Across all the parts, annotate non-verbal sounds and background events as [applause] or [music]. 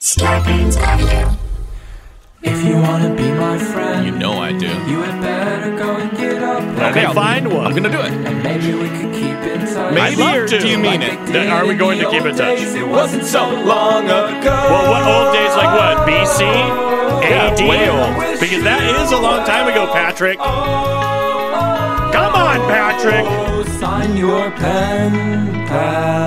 Scorpions Avenue. If you wanna be my friend, You know I do. you had better go and get up. Okay, I'll- find one. I'm gonna do it. And maybe we could keep in touch. Maybe I'd love or to. Do you mean it? Th- Are we going to keep in touch? It wasn't so long ago. Well, what old days like what? BC? AD? way old. Because that is a long time ago, Patrick. Come on, Patrick. Oh, sign your pen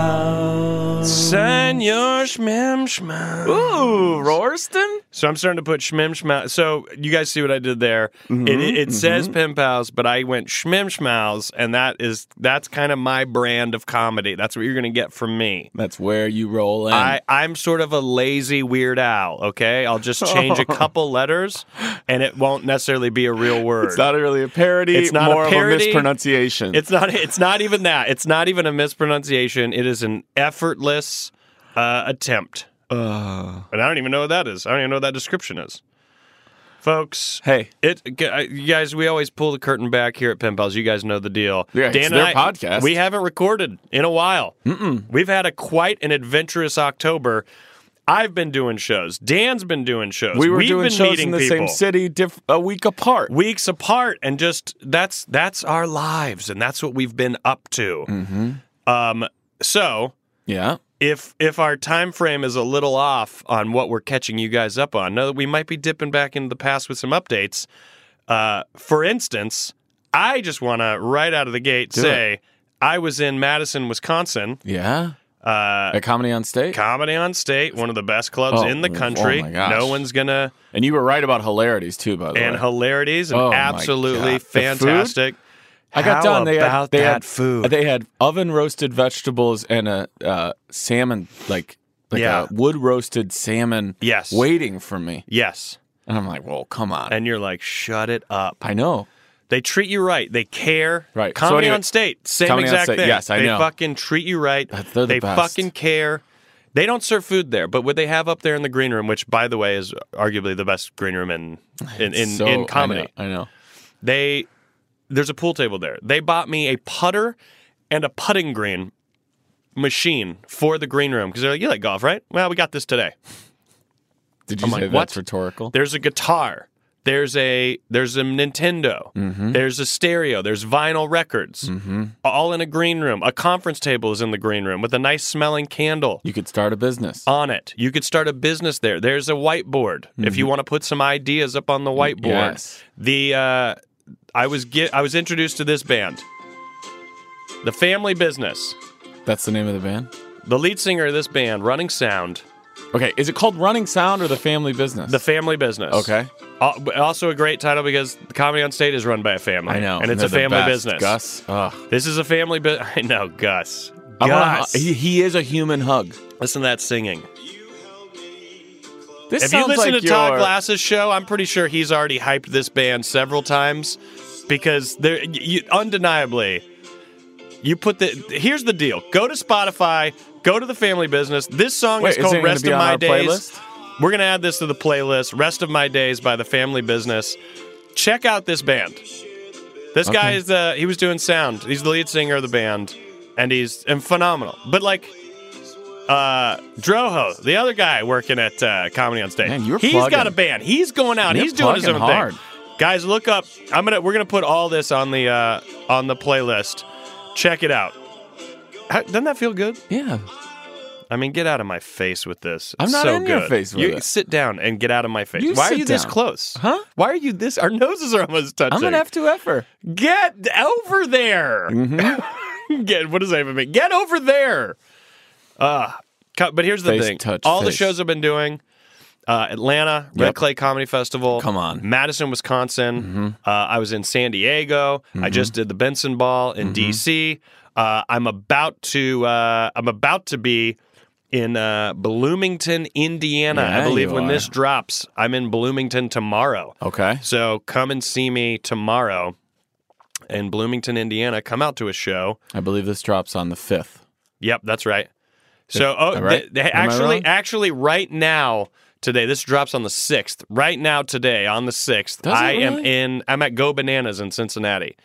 pal. Senor Schmem Schmem. Ooh, Roarston? So I'm starting to put Schmem Schmau. So you guys see what I did there. Mm-hmm, It, it says pen pals, but I went Schmem Schmaus, and that is that's kind of my brand of comedy. That's what you're going to get from me. That's where you roll in. I, I'm sort of a lazy weird owl, okay? I'll just [laughs] change a couple letters and it won't necessarily be a real word. it's not really a parody. It's not a more of parody. a mispronunciation. It's not. It's not even that. It's not even a mispronunciation. It is an effortless uh, attempt. and I don't even know what that is. I don't even know what that description is, folks. Hey. it g- I- you guys. We always pull the curtain back here at Pen Pals. You guys know the deal. Yeah, it's and their I- podcast. We haven't recorded in a while. Mm-mm. We've had a quite an adventurous October. I've been doing shows. Dan's been doing shows. we were We've doing been shows meeting in the same people city diff- a week apart. weeks apart and just that's that's our lives and that's what we've been up to Mm-hmm. um so yeah. if if our time frame is a little off on what we're catching you guys up on know that we might be dipping back into the past with some updates uh for instance i just want to right out of the gate it. say i was in madison wisconsin Yeah. Uh, a comedy on state. comedy on state one of the best clubs Oh, in the oh country my gosh. no one's gonna and you were right about hilarities too, by the and way. hilarities and Oh, my absolutely God. The food? fantastic I got How done. They about had they that had food? They had oven roasted vegetables and a uh, salmon like like Yeah. a wood roasted salmon. Yes. Waiting for me, yes and I'm like, well, come on. and you're like, shut it up. I know. They treat you right. They care. Right. So Comedy anyway- on state, same Comedy on exact State, thing. yes, I they know. fucking treat you right. they're the they best. fucking care. They don't serve food there, but what they have up there in the green room, which by the way is arguably the best green room in in in, So- in comedy, I know. I know. they there's a pool table there. They bought me a putter and a putting green machine for the green room because they're like, you like golf, right? Well, we got this today. Did you I'm say like, that's what? rhetorical? There's a guitar. There's a there's a Nintendo. Mm-hmm. There's a stereo. There's vinyl records. All in a green room. A conference table is in the green room with a nice smelling candle You could start a business. on it. You could start a business there. There's a whiteboard if you want to put some ideas up on the whiteboard. Mm-hmm. yes. The uh, I was get, I was introduced to this band. The Family Business. That's the name of the band. The lead singer of this band, Running Sound, Okay, is it called Running Sound or the Family Business? The Family Business. okay, Uh, but also a great title because comedy on state is run by a family. I know, and it's a they're the family best. business. Gus, ugh. This is a family business. [laughs] I know, Gus. I wanna- Gus. he, he is a human hug. Listen to that singing. This if you sounds listen like to Todd your- Glass's show, I'm pretty sure he's already hyped this band several times because there, you, undeniably, you put the. Here's the deal: go to Spotify, go to the Family Business. This song Wait, is is called it gonna "Rest be of on My our Days." playlist? We're gonna add this to the playlist "Rest of My Days" by the Family Business. Check out this band. This guy is the. He was doing sound. He's the lead singer of the band, and he's and phenomenal. But like. Uh, Droho, the other guy working at uh, Comedy on Stage, Man, you're he's plugging. got a band. He's going out. You're he's doing his own plugging hard. thing. Guys, look up. I'm gonna. We're gonna put all this on the uh, on the playlist. Check it out. How, doesn't that feel good? Yeah. I mean, get out of my face with this. I'm It's not so in good. your face with you it. sit down and get out of my face. You Why are sit you this down. close? Huh? Why are you this? Our noses are almost touching. I'm an F2Fer. Get over there. Mm-hmm. [laughs] get what does that even mean? Get over there. Uh, co- but here's the Face thing. touch, All the face. shows I've been doing. Uh, Atlanta, Red Yep. Clay Comedy Festival. Come on. Mm-hmm. Madison, Wisconsin. Uh, I was in San Diego. I just did the Benson Ball Mm-hmm. in DC. Uh, I'm about to uh, I'm about to be in uh, Bloomington, Indiana. I Yeah, believe you when are. this drops, I'm in Bloomington tomorrow. Okay. So come and see me tomorrow in Bloomington, Indiana. Come out to a show. I believe this drops on the 5th. Yep, that's right. So, oh, that right? th- th- Am I actually, wrong? actually, right now today, this drops on the sixth. Right now today, on the sixth, Does it I am really? in. I'm at Go Bananas in Cincinnati,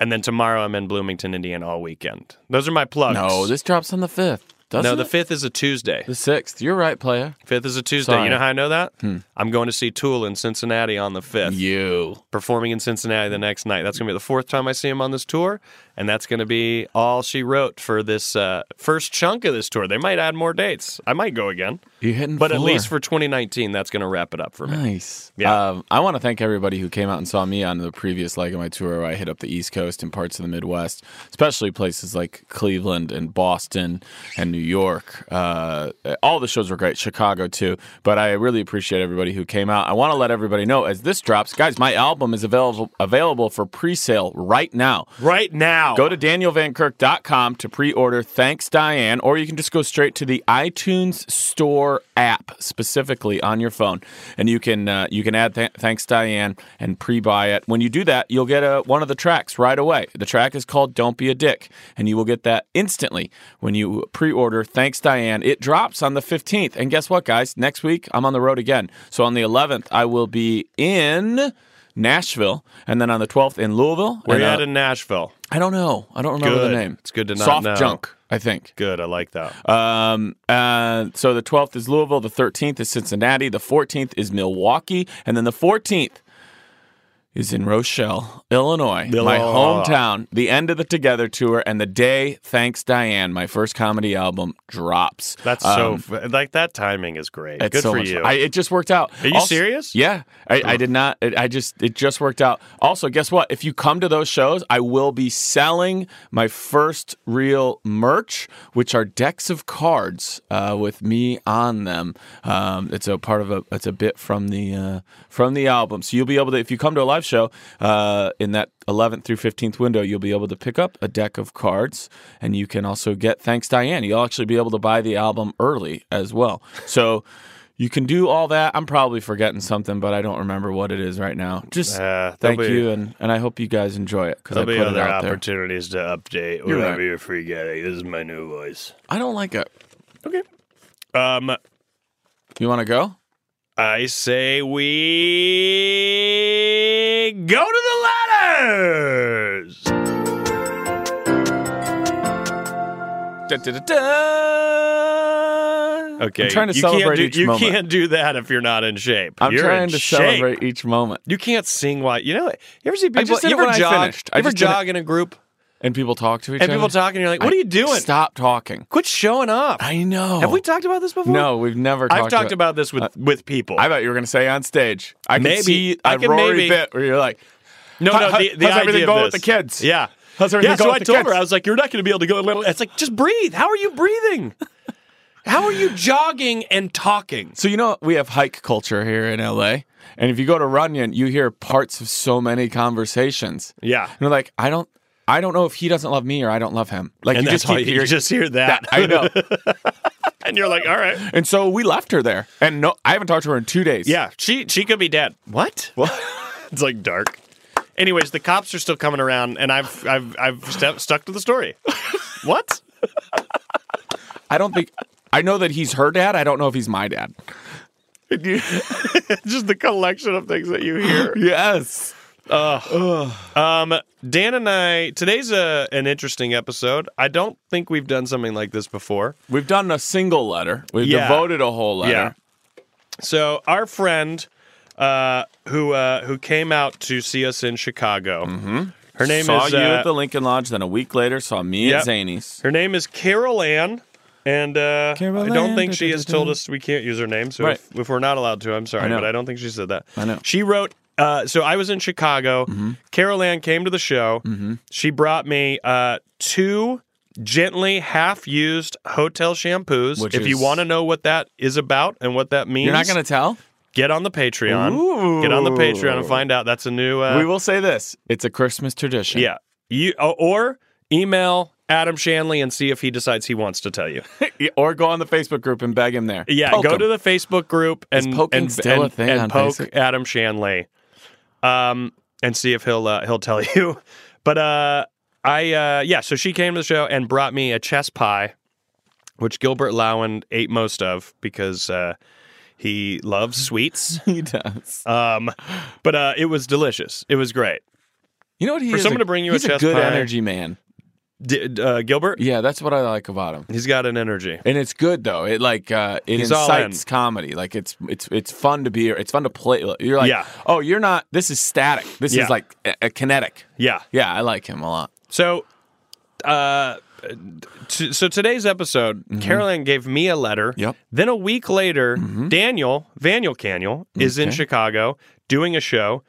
and then tomorrow I'm in Bloomington, Indiana, all weekend. Those are my plugs. No, this drops on the 5th. Doesn't no, the it? fifth is a Tuesday. The 6th. You're right, player. Fifth is a Tuesday. You Sorry. Hmm. know how I know that? I'm going to see Tool in Cincinnati on the fifth. You. performing in Cincinnati the next night. That's going to be the fourth time I see him on this tour, and that's going to be all she wrote for this uh, first chunk of this tour. They might add more dates. I might go again, You're hitting but at four. least for 2019, that's going to wrap it up for me. Nice. Yeah. Um, I want to thank everybody who came out and saw me on the previous leg of my tour. Where I hit up the East Coast and parts of the Midwest, especially places like Cleveland and Boston and New York. Uh, all the shows were great. Chicago too. But I really appreciate everybody who came out. I want to let everybody know as this drops, guys. My album is available available for pre sale right now. Right now, Go to danielvankirk.com to pre order Thanks Diane, or you can just go straight to the iTunes Store app specifically on your phone. And you can uh, you can add Th- Thanks Diane and pre buy it. When you do that, you'll get uh one of the tracks right away. The track is called Don't Be a Dick, and you will get that instantly when you pre order Thanks Diane. It drops on the 15th. And guess what, guys? Next week, I'm on the road again. So on the 11th, I will be in. Nashville, and then on the 12th in Louisville. we're and, uh, at in Nashville. I don't know. I don't remember Good. the name. It's good to not Soft know. junk, I think. Good, I like that. Um, uh, so the 12th is Louisville, the 13th is Cincinnati, the 14th is Milwaukee, and then the 14th is in Rochelle, Illinois, my Illinois. hometown. The end of the Together tour and the day Thanks Diane, my first comedy album drops. That's Um, so f- like that timing is great. it's Good so for much you. fun. I, it just worked out. Are you serious? Yeah, I, I did not. It, I just it just worked out. Also, guess what? If you come to those shows, I will be selling my first real merch, which are decks of cards uh, with me on them. Um, it's a part of a it's a bit from the uh, from the album. So you'll be able to if you come to a live show uh, in that 11th through 15th window, you'll be able to pick up a deck of cards, and you can also get Thanks Diane. You'll actually be able to buy the album early as well. So. You can do all that. I'm probably forgetting something, but I don't remember what it is right now. Just Uh, thank there'll be- you, and, and I hope you guys enjoy it because I There'll put be it other out there. opportunities to update You're whatever right. you're forgetting. This is my new voice. I don't like it. Um, You want to go? I say we go to the letters. Da, da, da, da. Okay, I'm trying to you celebrate can't do, each you moment. can't do that if you're not in shape. I'm You're trying in to shape. celebrate each moment, You can't sing while you know. You ever see people? just did you it ever when I jog? finished. I you ever just did it. jog in a group and people talk to each and other. people talking? You're like, "What I- are you doing? Stop talking. Quit showing off." I know. Have we talked about this before? No, we've never. I've talked to- about this with with people. I thought you were going to say on stage. I can Maybe. see I a can Rory maybe- bit where you're like, no, How- no. how- the, the how's everything idea of going with this. the kids? Yeah. How's everything yeah, going so with I the told her kids? I was like, "You're not going to be able to go." a Little. It's like, just breathe. How are you [laughs] breathing? How are you jogging and talking? So you know we have hike culture here in LA, and if you go to Runyon, you hear parts of so many conversations. Yeah. and you're like, I don't, I don't know if he doesn't love me or I don't love him. Like And you that's just keep all you, you hearing just hear that. [laughs] that. I know. [laughs] and you're like, all right. and so we left her there, and no, I haven't talked to her in two days. Yeah, she she could be dead. What? [laughs] Well, It's like dark. Anyways, the cops are still coming around, and I've I've I've stu- stuck to the [laughs] story. What? I don't think I know that he's her dad. I don't know if he's my dad. [laughs] Just the collection of things that you hear. Yes. Um, Dan and I today's a, an interesting episode. I don't think we've done something like this before. We've done a single letter. We've Yeah. devoted a whole letter. Yeah. So our friend uh, who uh, who came out to see us in Chicago. Her name saw is you uh, at the Lincoln Lodge, then a week later saw me Yep. at Zanies. her name is Carol Ann. And uh, Carol I don't Ann, think she has da-da-da-da. told us we can't use her name. So Right. if, if we're not allowed to, I'm sorry, I know. but I don't think she said that. I know. Mm-hmm. She wrote. Uh, so I was in Chicago. Carol Ann came to the show. She brought me uh, two gently half-used hotel shampoos. Which if you is- want to know what that is about and what that means, You're not going to tell? get on the Patreon. Ooh. Get on the Patreon and find out. That's a new. Uh, we will say this it's a Christmas tradition. Yeah. You or- or email Adam Shanley and see if he decides he wants to tell you. or go on the Facebook group and beg him there. Yeah. Poke go him. to the Facebook group Is and poking and, still a and- thing and on poke Facebook? Adam Shanley, um, and see if he'll uh, he'll tell [laughs] you. But uh, I uh, yeah. So she came to the show and brought me a chess pie, which Gilbert Lowen ate most of because. Uh, he loves sweets, [laughs] He does. um, but uh, it was delicious. It was great. You know what he For is? someone to bring you a he's chest good pie- energy man. D- uh, Gilbert, Yeah, that's what I like about him. he's got an energy. And it's good though. It like uh, it He's all incites in. comedy. Like it's it's it's fun to be. It's fun to play. You're like, Yeah. oh, you're not. This is static. This Yeah. is like a, a kinetic. Yeah. Yeah, I like him a lot. So, uh, t- so today's episode, Caroline gave me a letter. Mm-hmm. Yep. Mm-hmm. Then a week later, Daniel Vaniel Caniel is in Okay. Chicago doing a show.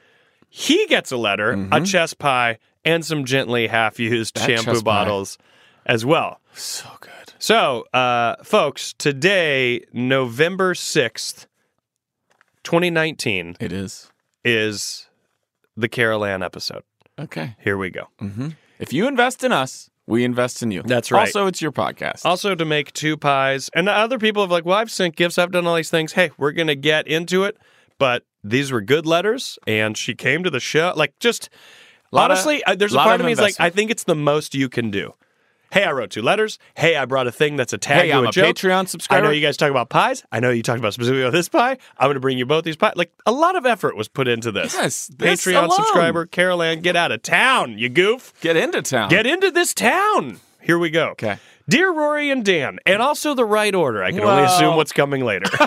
He gets a letter, a chess pie, and some gently half-used Mm-hmm. That shampoo chess pie. bottles, as well. So good. So, uh, folks, today, November sixth, twenty nineteen, It is. is the Carol Ann episode. Okay. Here we go. If you invest in us, we invest in you. That's right. Also, it's your podcast. Also, to make two pies. And other people have like, well, I've sent gifts, I've done all these things. Hey, we're going to get into it. But these were good letters. And she came to the show. Like, just Lot of- honestly, I, there's a lot part of of me is like, I investment. think it's the most you can do. Hey, I wrote two letters. Hey, I brought a thing that's a tag. Hey, to I'm a, a joke. Patreon subscriber. I know you guys talk about pies. I know you talked about specifically about this pie. I'm going to bring you both these pies. Like a lot of effort was put into this. Yes, this Patreon alone. subscriber Carol Ann, get out of town, you goof. Get into town. Get into this town. Here we go. Okay. Dear Rory and Dan, and also the right order. I can only Well- assume what's [laughs] coming later. [laughs]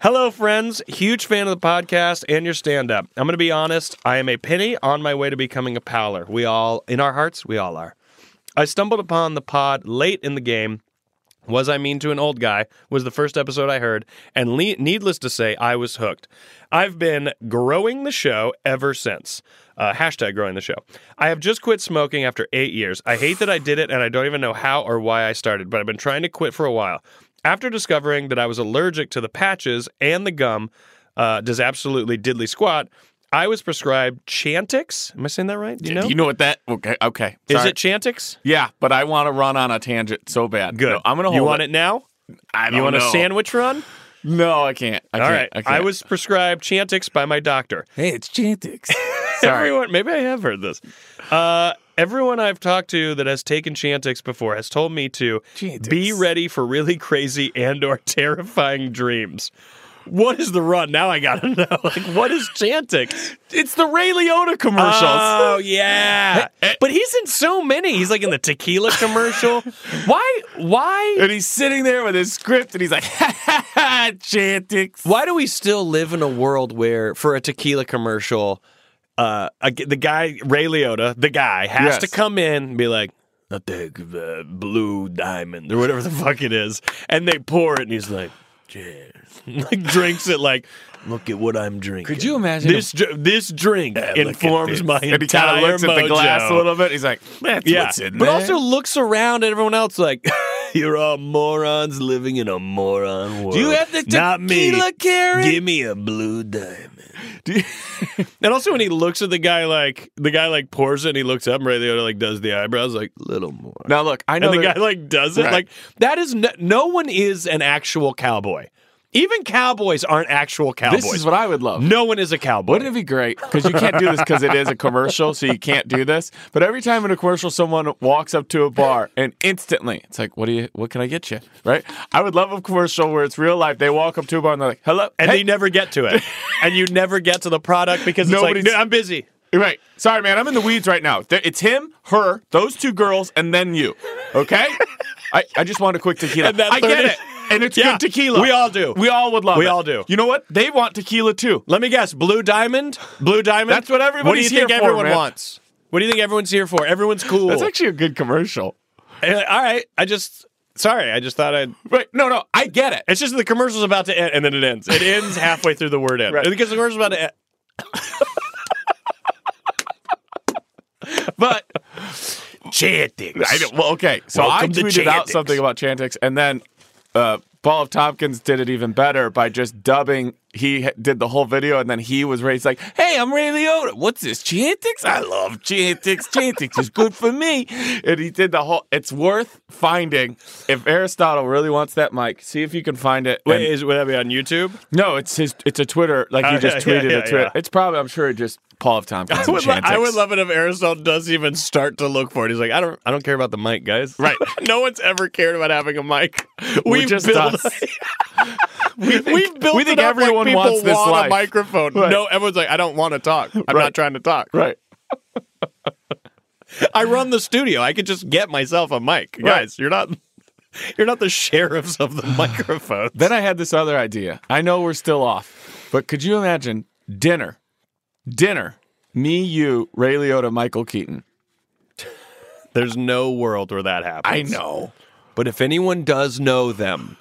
Hello, friends. Huge fan of the podcast and your stand up. I'm going to be honest. I am a penny on my way to becoming a powler. We all, in our hearts, we all are. I stumbled upon the pod late in the game. Was I Mean to an Old Guy was the first episode I heard, and le- needless to say, I was hooked. I've been growing the show ever since. Uh, hashtag growing the show. I have just quit smoking after eight years. I hate that I did it, and I don't even know how or why I started, but I've been trying to quit for a while. After discovering that I was allergic to the patches and the gum, uh, does absolutely diddly squat, I was prescribed Chantix. Am I saying that right? Do you know? You know what that? Okay. Okay. Is Sorry. it Chantix? Yeah, but I want to run on a tangent so bad. Good. No, I'm gonna hold You want it. it now? I don't You want know. a sandwich run? No, I can't. I All can't. right. I, I, can't. was prescribed Chantix by my doctor. [laughs] Hey, it's Chantix. Sorry. Everyone, maybe I have heard this. Uh, everyone I've talked to that has taken Chantix before has told me to Chantix. be ready for really crazy and or [laughs] terrifying dreams. What is the run? Now I gotta [laughs] know. Like, what is Chantix? It's the Ray Liotta commercials. Oh [laughs] yeah, but he's in so many. He's like in the tequila commercial. [laughs] Why? Why? and he's sitting there with his script, and he's like, [laughs] "Ha ha ha, Chantix." Why do we still live in a world where, for a tequila commercial, uh, a g the guy Ray Liotta, the guy, has Yes. to come in and be like, "I take the blue diamond" or whatever the fuck it is, and they pour it, and he's like, "Cheers!" [laughs] like drinks it, like, "Look at what I'm drinking." Could you imagine this? dr- this drink informs my entire And he kind of looks at the glass a mojo." little bit. He's like, "That's yeah, what's in but there." also looks around at everyone else like. [laughs] You're all morons living in a moron world. do you have the Not me. tequila, Karen? Give me a blue diamond. [laughs] and also when he looks at the guy like the guy like pours it and he looks up and Ray Liotta like does the eyebrows like little more. Now look, I know and the that- guy like does it Right. like that is no, no one is an actual cowboy. Even cowboys aren't actual cowboys. This is what I would love. no one is a cowboy. Wouldn't it be great? Because you can't do this because it is a commercial, so you can't do this. But every time in a commercial, someone walks up to a bar and instantly, it's like, what do you? What can I get you? Right? I would love a commercial where it's real life. They walk up to a bar and they're like, hello, and Hey. they never get to it. and you never get to the product because it's Nobody's- like, "No, I'm busy. Right. Sorry, man. I'm in the weeds right now. There- It's him, her, those two girls, and then you. Okay? I, I just want a quick tequila. And that I get third- it. And it's Yeah, good tequila. we all do. We all would love We it. all do. You know what? They want tequila too. Let me guess. Blue diamond? Blue diamond? That's what What do everybody's you think here for, everyone man. wants? What do you think everyone's here for? Everyone's cool. That's actually a good commercial. Uh, All right. I just, sorry. I just thought I'd. Right. No, no. I get it. It's just the commercial's about to end, and then it ends. [laughs] It ends halfway through the word end Right. because the commercial's about to e- end. But Chantix. I don't, well, okay. So Welcome I to tweeted out Chantix. something about Chantix, and then uh, Paul of Tompkins did it even better by just dubbing. He h- did the whole video, and then he was raised like, "Hey, I'm Ray Liotta. What's this Chantix? I love Chantix. Chantix is good for me." And he did the whole. It's worth finding if Aristotle really wants that mic. See if you can find it. Wait, And- is, would that be [laughs] on YouTube? no, it's his. It's a Twitter. Like he Oh, just [laughs] yeah, yeah, tweeted yeah, a Twitter. yeah. It's probably. I'm sure it just Paul of Tompkins. I and would, lo- I Chantix. would love it if Aristotle does even start to look for it. He's like, I don't, I don't care about the mic, guys. Right. [laughs] no one's ever cared about having a mic. We're We've just built, us. [laughs] we have built. [laughs] we think it up everyone like people wants this want life. a microphone. Right. No, everyone's like, I don't want to talk. I'm not trying to talk. Right. I run the studio. I could just get myself a mic, guys. You're not, [laughs] you're not the sheriffs of the [laughs] microphone. Then I had this other idea. I know we're still off, but could you imagine dinner? Dinner. Me, you, Ray Liotta, Michael Keaton. There's no world where that happens. know. But if anyone does know them,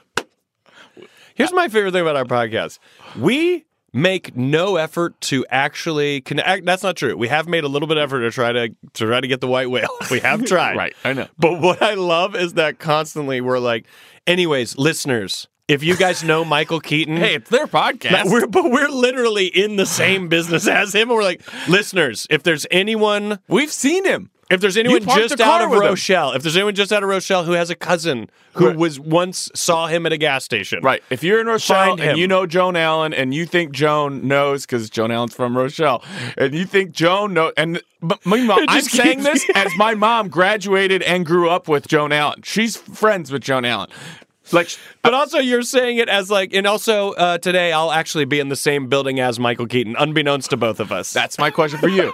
here's my favorite thing about our podcast: we make no effort to actually connect. That's not true. We have made a little bit of effort to try to to try to get the white whale. [laughs] We have tried, Right, I know. But what I love is that constantly we're like, anyways, listeners, if you guys [laughs] know Michael Keaton, Hey, it's their podcast. but we're, but we're literally in the same business as him. And we're like, listeners, if there's anyone we have seen him. if there's anyone parked just a car out of with him. Rochelle, if there's anyone just out of Rochelle who has a cousin who Right. was once saw him at a gas station, Right. If you're in Rochelle Find and him. you know Joan Allen and you think Joan knows because Joan Allen's from Rochelle, and you think Joan knows, and but meanwhile, It I'm [laughs] just saying keeps- this as my mom graduated and grew up with Joan Allen. She's friends with Joan Allen. Like, But also, you're saying it as like, and also uh, today I'll actually be in the same building as Michael Keaton, unbeknownst to both of us. That's my question for [laughs] you.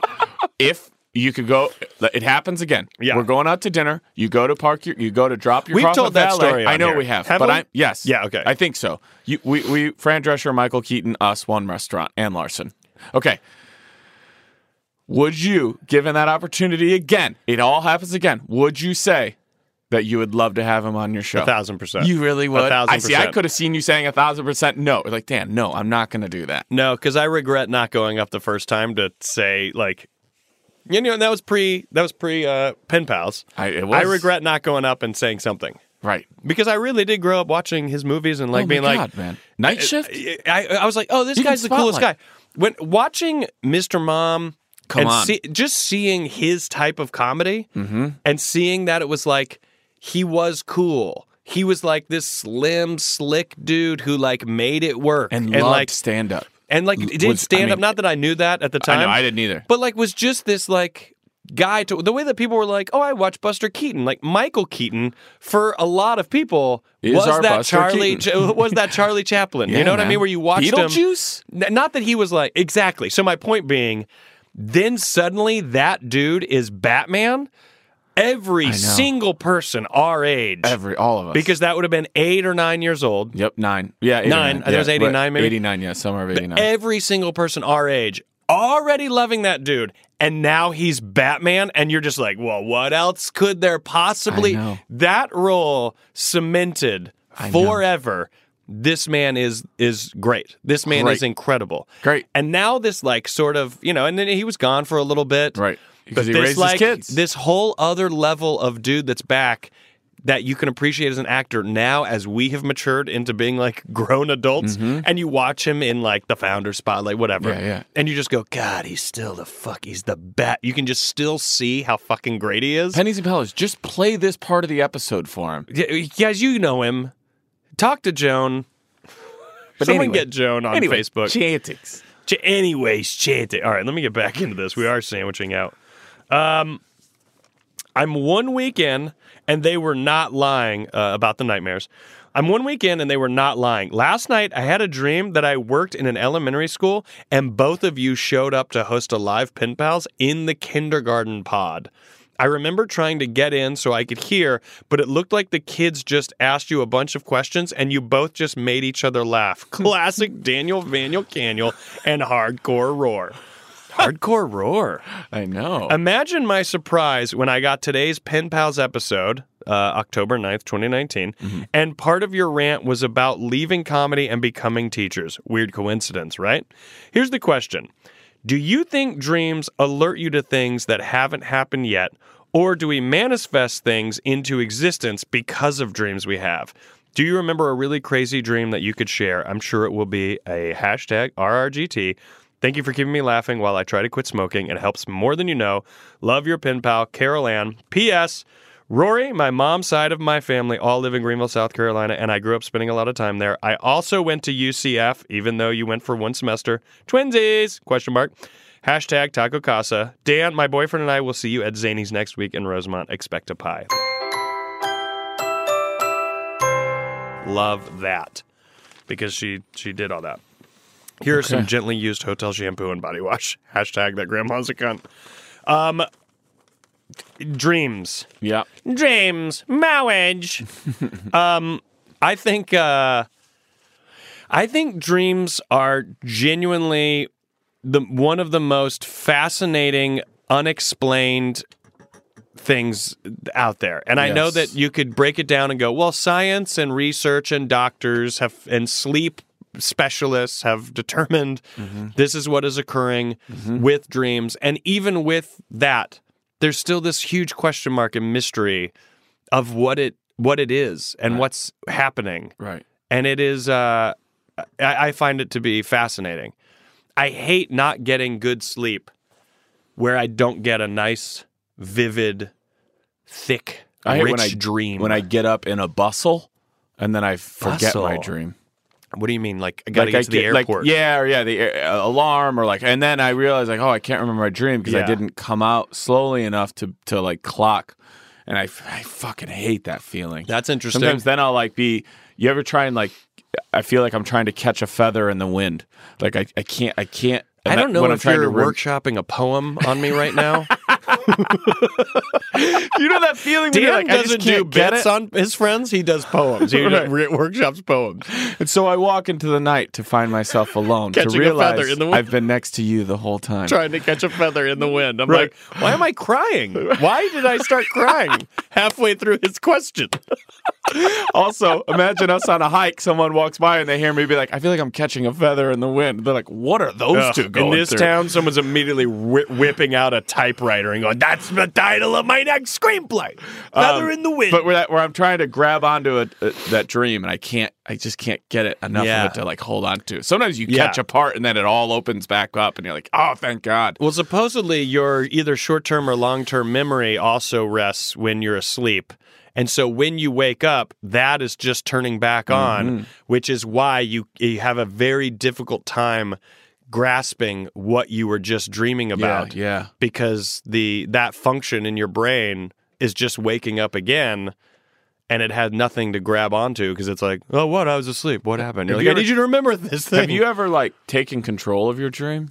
if you could go, it happens again. Yeah. We're going out to dinner. You go to park your, you go to drop your. We've car off told at that valet. story I on know here. we have, Have but we? I yes, Yeah, okay. I think so. You, we, we, Fran Drescher, Michael Keaton, us, one restaurant, and Larson. Okay. Would you, given that opportunity again, it all happens again? Would you say that you would love to have him on your show? a thousand percent. You really would. A thousand I see. I percent. could have seen you saying a thousand percent no. Like, Dan, no, I'm not going to do that. No, because I regret not going up the first time to say like, you know, and that was pre that was pre uh, pen pals. I- it I was. regret not going up and saying something Right. because I really did grow up watching his movies and like oh my being God, like, man, night shift. I, I I was like, oh, this You can guy's the coolest guy. spotlight. When watching Mr. Mom, Come and on. Mm-hmm. see- just seeing his type of comedy and seeing that it was like he was cool. He was like this slim, slick dude who like made it work and, loved like stand up. and like L- did was- I stand up. mean- Not that I knew that at the I time. know, I didn't either. But like was just this like guy to the way that people were like, oh, I watch Buster Keaton. Like Michael Keaton for a lot of people Is was our that Buster Charlie Keaton. Ch- was [laughs] that Charlie Chaplin. you know what I mean? Where you watched him. Beetlejuice? N- Not that he was like exactly. So my point being, then suddenly that dude is Batman. Every single person our age, Every all of us because that would have been eight or nine years old. Yep, nine. Yeah, eight or Nine. I think it was 89 maybe. eighty nine. Yeah, somewhere of eighty nine. every single person our age already loving that dude and now he's batman and you're just like well what else could there I possibly know. that role cemented know. forever this man is is great this man Great. is incredible Great. and now this like sort of you know and then he was gone for a little bit Right, but because he this, raised his like, kids. this whole other level of dude that's back that you can appreciate as an actor now as we have matured into being like [laughs] grown adults and you watch him in like the founder spotlight whatever Mm-hmm. Yeah, yeah. and you just go god he's still the fuck he's the bat you can just still see how fucking great he is Pennies and Pellets. Just play this part of the episode for him. Y- guys you know him talk to joan But Someone anyway. get Joan on anyway, Facebook. Chantix. Ch- anyways, chanting. All right, let me get back into this. We are sandwiching out. Um, I'm one week in, and they were not lying uh, about the nightmares. I'm one week in, and they were not lying. Last night, I had a dream that I worked in an elementary school, and both of you showed up to host a live pen pals in the kindergarten pod. I remember trying to get in so I could hear, but it looked like the kids just asked you a bunch of questions and you both just made each other laugh. Classic Daniel Vaniel Caniel and hardcore roar. [laughs] Hardcore roar. Um, I know. Imagine my surprise when I got today's Pen Pals episode, uh, October 9th, 2019, and part of your rant was about leaving comedy and becoming teachers. Weird coincidence, right? Here's the question Do you think dreams alert you to things that haven't happened yet, or do we manifest things into existence because of dreams we have? Do you remember a really crazy dream that you could share? I'm sure it will be a hashtag RRGT. Thank you for keeping me laughing while I try to quit smoking. It helps more than you know. Love your pen pal, Carol Ann. P.S. Rory, my mom's side of my family all live in Greenville, South Carolina, and I grew up spending a lot of time there. I also went to UCF, even though you went for one semester. Twinsies? Question mark. Hashtag Taco Casa. Dan, my boyfriend and I will see you at Zany's next week in Rosemont. Expect a pie. Love that. Because she she did all that. Here are some gently used hotel shampoo and body wash. Hashtag that grandma's a cunt. Um, dreams. yeah. James, marriage. um, I think uh, I think dreams are genuinely the one of the most fascinating, unexplained things out there. And I know Yes. that you could break it down and go, well, science and research and doctors have and sleep specialists have [laughs] determined this is what is occurring with dreams. And even with that, there's still this huge question mark and mystery of what it what it is and what's happening Right. and it is uh, I, I find it to be fascinating. I hate not getting good sleep where I don't get a nice, vivid, thick, I hate rich when I dream. When I get up in a bustle and then I forget my Bustle? dream. what do you mean? Like I gotta get I to the get- like, airport? yeah, or yeah, the air, uh, alarm, or like, and then I realized like, oh, I can't remember my dream because Yeah. I didn't come out slowly enough to to like clock, and I, f- I fucking hate that feeling. That's interesting. Sometimes then I'll like be. You ever try and like? I feel like I'm trying to catch a feather in the wind. Like I, I can't I can't. I don't know when if I'm trying you're to rem- workshopping a poem on me right now. [laughs] You know that feeling. when Dan you're like, I doesn't just do can't get bits it? on his friends. He does poems. [laughs] He Right. re- workshops poems. And so I walk into the night to find myself alone to Catching a feather realize in the wind. I've been next to you the whole time. trying to catch a feather in the wind. I'm Right. like, why am I [laughs] crying? Why did I start crying halfway through his question? [laughs] Also, imagine us on a hike. Someone walks by and they hear me be like, "I feel like I'm catching a feather in the wind." They're like, "What are those two going in this through?" town, someone's immediately whi whipping out a typewriter and going, "That's the title of my next screenplay, Feather Um, in the Wind." But where, that, where I'm trying to grab onto a, a, that dream and I can't, I just can't get it enough Yeah. of it to like hold on to. Sometimes you Yeah. catch a part and then it all opens back up and you're like, "Oh, thank God." well, supposedly your either short-term or long-term memory also rests when you're asleep. And so when you wake up, that is just turning back on, Mm-hmm. which is why you you have a very difficult time grasping what you were just dreaming about. yeah. because the that function in your brain is just waking up again and it had nothing to grab onto because it's like, oh, what? I was asleep. What happened? You're Have like, you I ever- need you to remember this thing. Have you ever like taken control of your dream?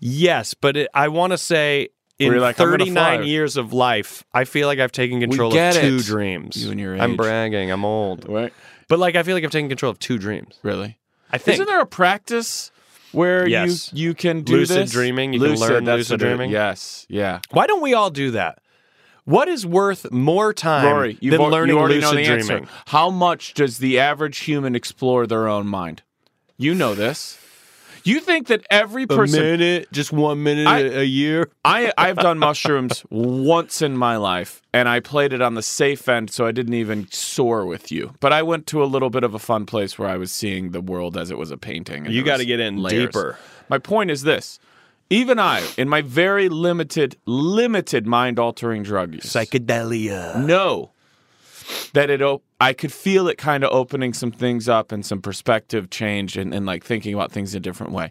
yes, but it, I want to say Where in you're like, I'm gonna 39 fly. years of life, I feel like I've taken control of get two it. dreams. You and your I'm age. bragging. I'm old. Right? But like, I feel like I've taken control of two dreams. Really? I think. Isn't there a practice where Yes. you you can do Lucid this? dreaming, you can learn that's lucid what it- dreaming. Yes. Yeah. Why don't we all do that? What is worth more time Rory, you've than al- learning you already lucid know the dreaming? answer. How much does the average human explore their own mind? You know this. You think that every person minute, just one minute I- a year. I I've done [laughs] mushrooms once in my life, and I played it on the safe end, so I didn't even soar with you. But I went to a little bit of a fun place where I was seeing the world as it was a painting. and You there gotta was get in layers. deeper. My point is this: even I, in my very limited, limited mind-altering drug use, Psychedelia. know that it op- I could feel it kind of opening some things up and some perspective change and, and like thinking about things a different way.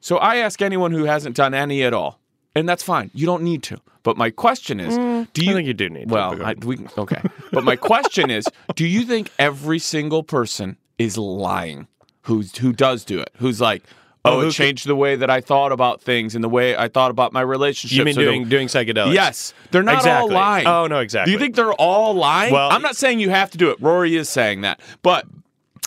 So I ask anyone who hasn't done any at all, and that's fine. You don't need to. But my question is, do you Mm, I think you do need to, but Well, go I, ahead. we, okay. But my question is, do you think every single person is lying who's who does do it? Who's like, oh, who it could- changed the way that I thought about things and the way I thought about my relationships. You mean or the- doing doing psychedelics? Yes, they're not Exactly. all lying. Oh, no, exactly. Do you think they're all lying? Well- I'm not saying you have to do it. Rory is saying that, but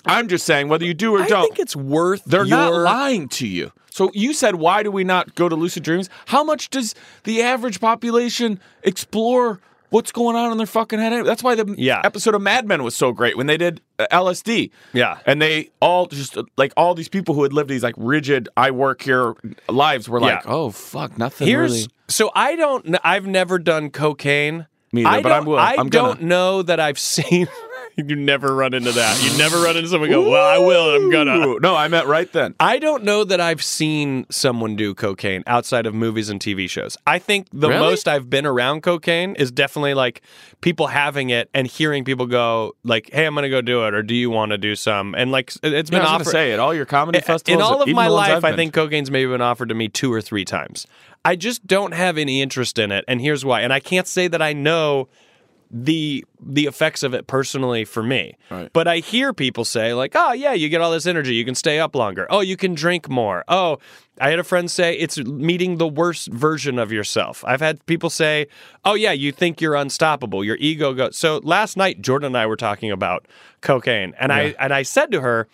I'm just saying whether you do or I don't, think it's worth they're not your- lying to you. So you said, why do we not go to lucid dreams? How much does the average population explore what's going on in their fucking head? That's why the Yeah. episode of Mad Men was so great when they did uh, LSD. Yeah. and they all just uh, like all these people who had lived these like rigid "I work here" lives were like, Yeah. oh fuck, nothing. Here's really. so I don't. kn- I've never done cocaine. Me either, I but I don't- will. I I'm gonna. don't know that I've [laughs] seen. you never run into that. You never run into someone. and Go well. I will. I'm gonna. Ooh, no, I meant right then. I don't know that I've seen someone do cocaine outside of movies and TV shows. I think the Really? most I've been around cocaine is definitely like people having it and hearing people go like, "Hey, I'm going to go do it," or "Do you want to do some?" And like it- it's Yeah, I was been gonna offered. say at all your comedy festivals. in all of even my the ones life, I've I been think cocaine's maybe been offered to me two or three times. I just don't have any interest in it, and here's why. And I can't say that I know the the effects of it personally for me. Right. But I hear people say like, "Oh yeah, you get all this energy, you can stay up longer. Oh, you can drink more. Oh, I had a friend say it's meeting the worst version of yourself. I've had people say, "Oh yeah, you think you're unstoppable. Your ego goes." So last night Jordan and I were talking about cocaine, and I and I said to her,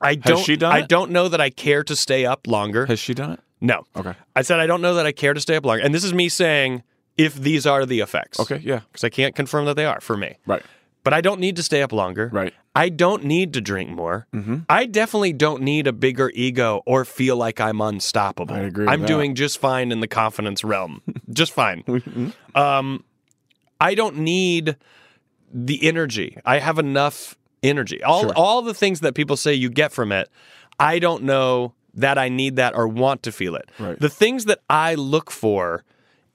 I don't. she done I it? don't know that I care to stay up longer. Has she done it? no. Okay. I said I don't know that I care to stay up longer, and this is me saying if these are the effects. Okay, yeah, Because I can't confirm that they are for me. right. But I don't need to stay up longer. Right. Mm-hmm. I don't need to drink more. I definitely don't need a bigger ego or feel like I'm unstoppable. I agree with I'm that. doing just fine in the confidence [laughs] realm. just fine. Mm-hmm. Um, I don't need the energy. I have enough energy. All all the things that people say you get from it, I don't know that I need that or want to feel it. Right. The things that I look for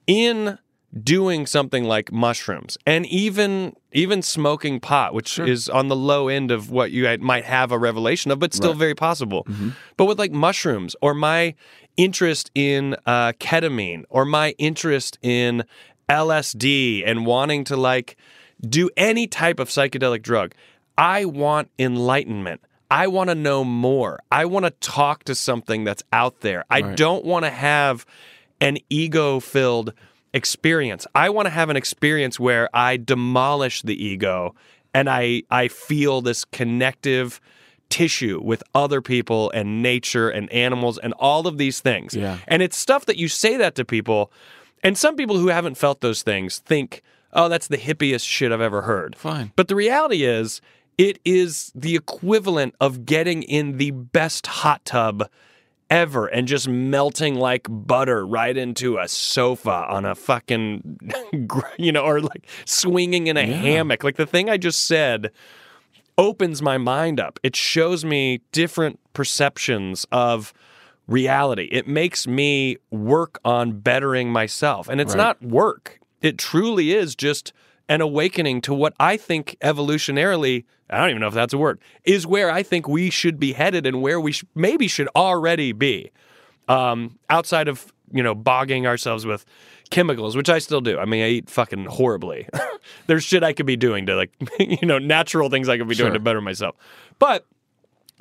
in doing something like mushrooms and even even smoking pot which is on the low end of what you had- might have a revelation of but still very possible but with like mushrooms or my interest in uh, ketamine or my interest in lsd and wanting to like do any type of psychedelic drug. I want enlightenment. I want to know more. I want to talk to something that's out there. I don't want to have an ego filled experience. I want to have an experience where I demolish the ego and I, I feel this connective tissue with other people and nature and animals and all of these things. Yeah. And it's stuff that you say that to people. And some people who haven't felt those things think, oh, that's the hippiest shit I've ever heard. Fine. But the reality is, it is the equivalent of getting in the best hot tub ever and just melting like butter right into a sofa on a fucking, [laughs] gr- you know, or like swinging in a hammock. Like the thing I just said opens my mind up. It shows me different perceptions of reality. It makes me work on bettering myself. And it's not work, it truly is just an awakening to what I think evolutionarily, I don't even know if that's a word, is where I think we should be headed and where we sh- maybe should already be um, outside of you know bogging ourselves with chemicals, which I still do. I mean, I eat fucking horribly. [laughs] There's shit I could be doing to like [laughs] you know natural things I could be doing to better myself, but.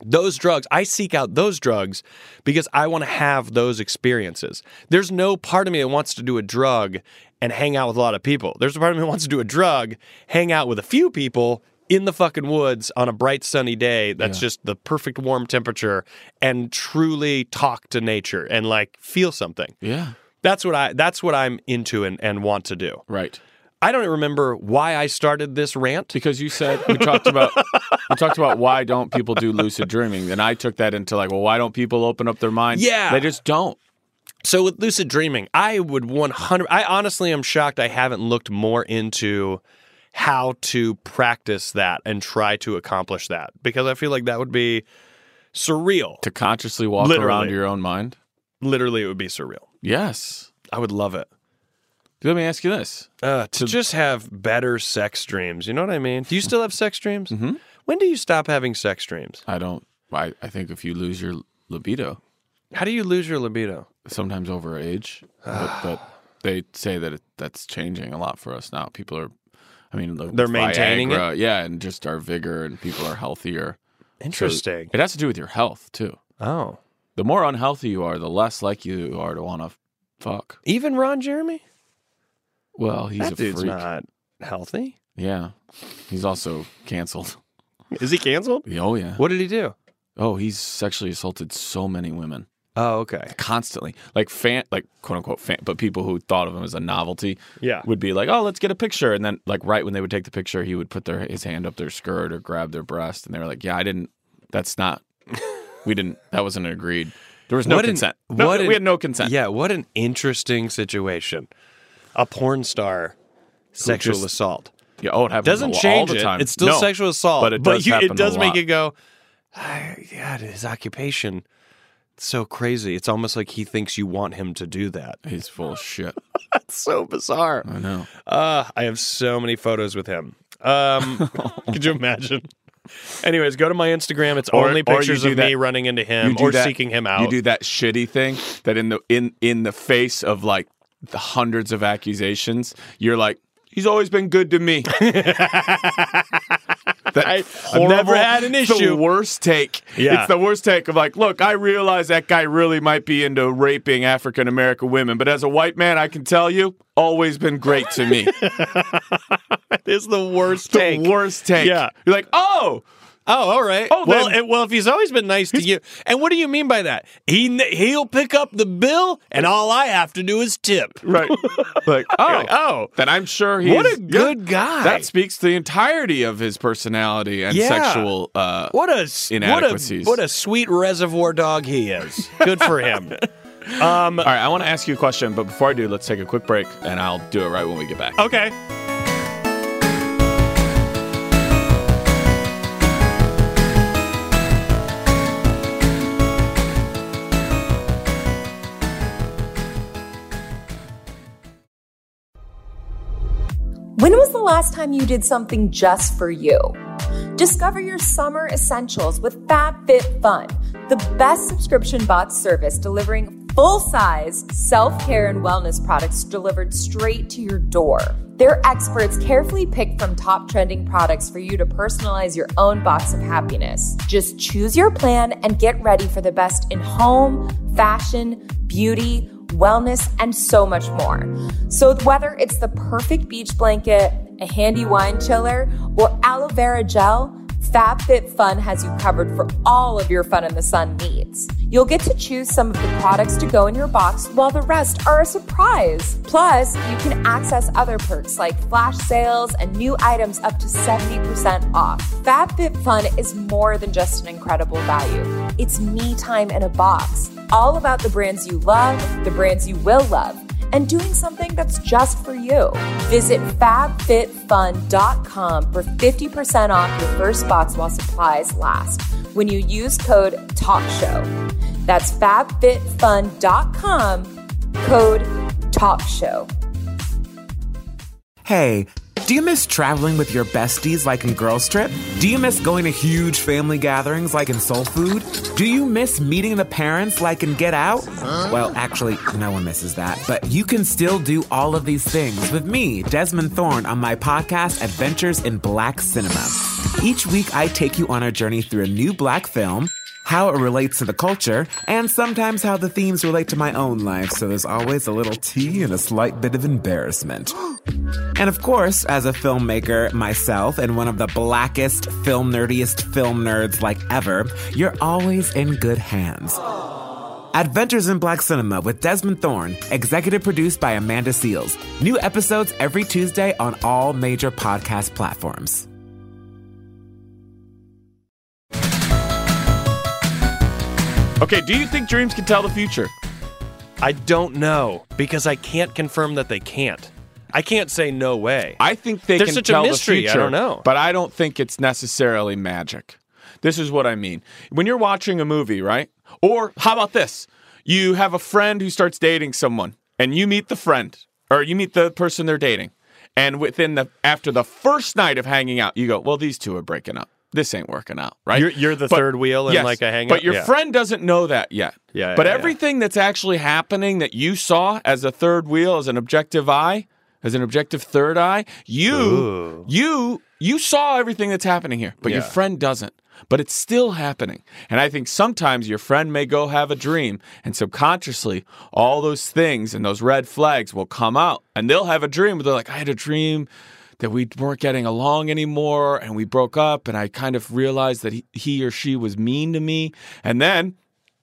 Those drugs, I seek out those drugs because I want to have those experiences. There's no part of me that wants to do a drug and hang out with a lot of people. There's a part of me that wants to do a drug, hang out with a few people in the fucking woods on a bright sunny day that's just the perfect warm temperature and truly talk to nature and like feel something. Yeah, That's what I that's what I'm into and, and want to do. right. I don't even remember why I started this rant. Because you said we talked [laughs] about we talked about why don't people do lucid dreaming, and I took that into like, well, why don't people open up their minds? Yeah. they just don't. So with lucid dreaming, I would 100 I honestly am shocked I haven't looked more into how to practice that and try to accomplish that because I feel like that would be surreal. To consciously walk Literally. around your own mind. Literally it would be surreal. Yes, I would love it. Let me ask you this. Uh, to just have better sex dreams. You know what I mean? Do you still have sex dreams? Mm-hmm. When do you stop having sex dreams? I don't. I, I think if you lose your libido, How do you lose your libido? sometimes over age, but, but they say that it, that's changing a lot for us now. People are, I mean, look, They're with maintaining it? Viagra, yeah, and just our vigor and people are healthier. So Interesting. it has to do with your health too. Oh. The more unhealthy you are, the less likely you are to want to fuck. Even Ron Jeremy? Well, he's that a dude's freak. not healthy. Yeah, he's also canceled. [laughs] Is he canceled? Oh yeah. What did he do? Oh, he's sexually assaulted so many women. Oh, okay. constantly like fan like quote unquote fan but people who thought of him as a novelty Yeah. would be like oh let's get a picture and then like right when they would take the picture he would put their his hand up their skirt or grab their breast and they were like yeah i didn't that's not we didn't that wasn't agreed there was no What an- consent No, what an- we had no consent Yeah, what an interesting situation. A porn star sexual just- assault. yeah oh it happens Doesn't all change the time it. It's still No, sexual assault, but it does, you- happen it does a make lot. you go, "Ah, God, his occupation. It's so crazy. It's almost like he thinks you want him to do that. he's full of shit [laughs] It's so bizarre. i know Uh, I have so many photos with him. [laughs] Um, could you imagine? Anyways, go to my Instagram. It's Or- only or you pictures do of that- me running into You him do or that- seeking him out. You [laughs] do that shitty thing that in the in in the face of like the hundreds of accusations, you're like, he's always been good to [laughs] me. That never had an it's the issue. worst take. Yeah. It's the worst take of like, look, I realize that guy really might be into raping African American women, but as a white man, I can tell you, always been great to [laughs] me. It's the worst the take. worst take. Yeah. You're like, oh, Oh, all right. Oh, well, then- it, well, if he's always been nice to you, and what do you mean by that? He n- he'll pick up the bill, and all I have to do is tip. right. [laughs] like, oh, You're like, oh, then I'm sure he's what a good guy. That speaks to the entirety of his personality and Yeah. sexual. Uh, what a s- what a Inadequacies. what a sweet reservoir dog he is. Good for him. [laughs] um. All right, I want to ask you a question, but before I do, let's take a quick break, and I'll do it right when we get back. Okay. When was the last time you did something just for you? Discover your summer essentials with FabFitFun, the best subscription box service delivering full size self care and wellness products delivered straight to your door. Their experts carefully pick from top trending products for you to personalize your own box of happiness. Just choose your plan and get ready for the best in home, fashion, beauty, wellness, and so much more. So, whether it's the perfect beach blanket, a handy wine chiller, or aloe vera gel, FabFitFun has you covered for all of your fun in the sun needs. You'll get to choose some of the products to go in your box, while the rest are a surprise. Plus, you can access other perks like flash sales and new items up to 70% off. FabFitFun is more than just an incredible value. It's me time in a box, all about the brands you love, the brands you will love, and doing something that's just for you. Visit fabfitfun.com for 50% off your first box while supplies last when you use code TALKSHOW. That's fabfitfun.com, code TALKSHOW. Hey, do you miss traveling with your besties like in Girls Trip? Do you miss going to huge family gatherings like in Soul Food? Do you miss meeting the parents like in Get Out? Well, actually, no one misses that, but you can still do all of these things with me, Desmond Thorne, on my podcast, Adventures in Black Cinema. Each week, I take you on a journey through a new black film how it relates to the culture, and sometimes how the themes relate to my own life, so there's always a little tea and a slight bit of embarrassment. And of course, as a filmmaker myself and one of the blackest, film nerdiest film nerds like ever, you're always in good hands. Adventures in Black Cinema with Desmond Thorne, executive produced by Amanda Seals. New episodes every Tuesday on all major podcast platforms. Okay, do you think dreams can tell the future? I don't know because I can't confirm that they can't. I can't say no way. I think they There's can such a tell mystery, I the future. don't know. but I don't think it's necessarily magic. This is what I mean. When you're watching a movie, right? Or how about this? You have a friend who starts dating someone, and you meet the friend, or you meet the person they're dating, and within the after the first night of hanging out, you go, "Well, these two are breaking up. This ain't working out, right?" You're- you're the third wheel in, like, a hangout? But your Yeah. friend doesn't know that yet. Yeah, yeah, but yeah. everything that's actually happening that you saw as a third wheel, as an objective eye, as an objective third eye, you Ooh. you you saw everything that's happening here, but your Yeah. friend doesn't. But it's still happening. And I think sometimes your friend may go have a dream, and subconsciously, all those things and those red flags will come out. And they'll have a dream where they're like, I had a dream that we weren't getting along anymore, and we broke up, and I kind of realized that he, he or she was mean to me. And then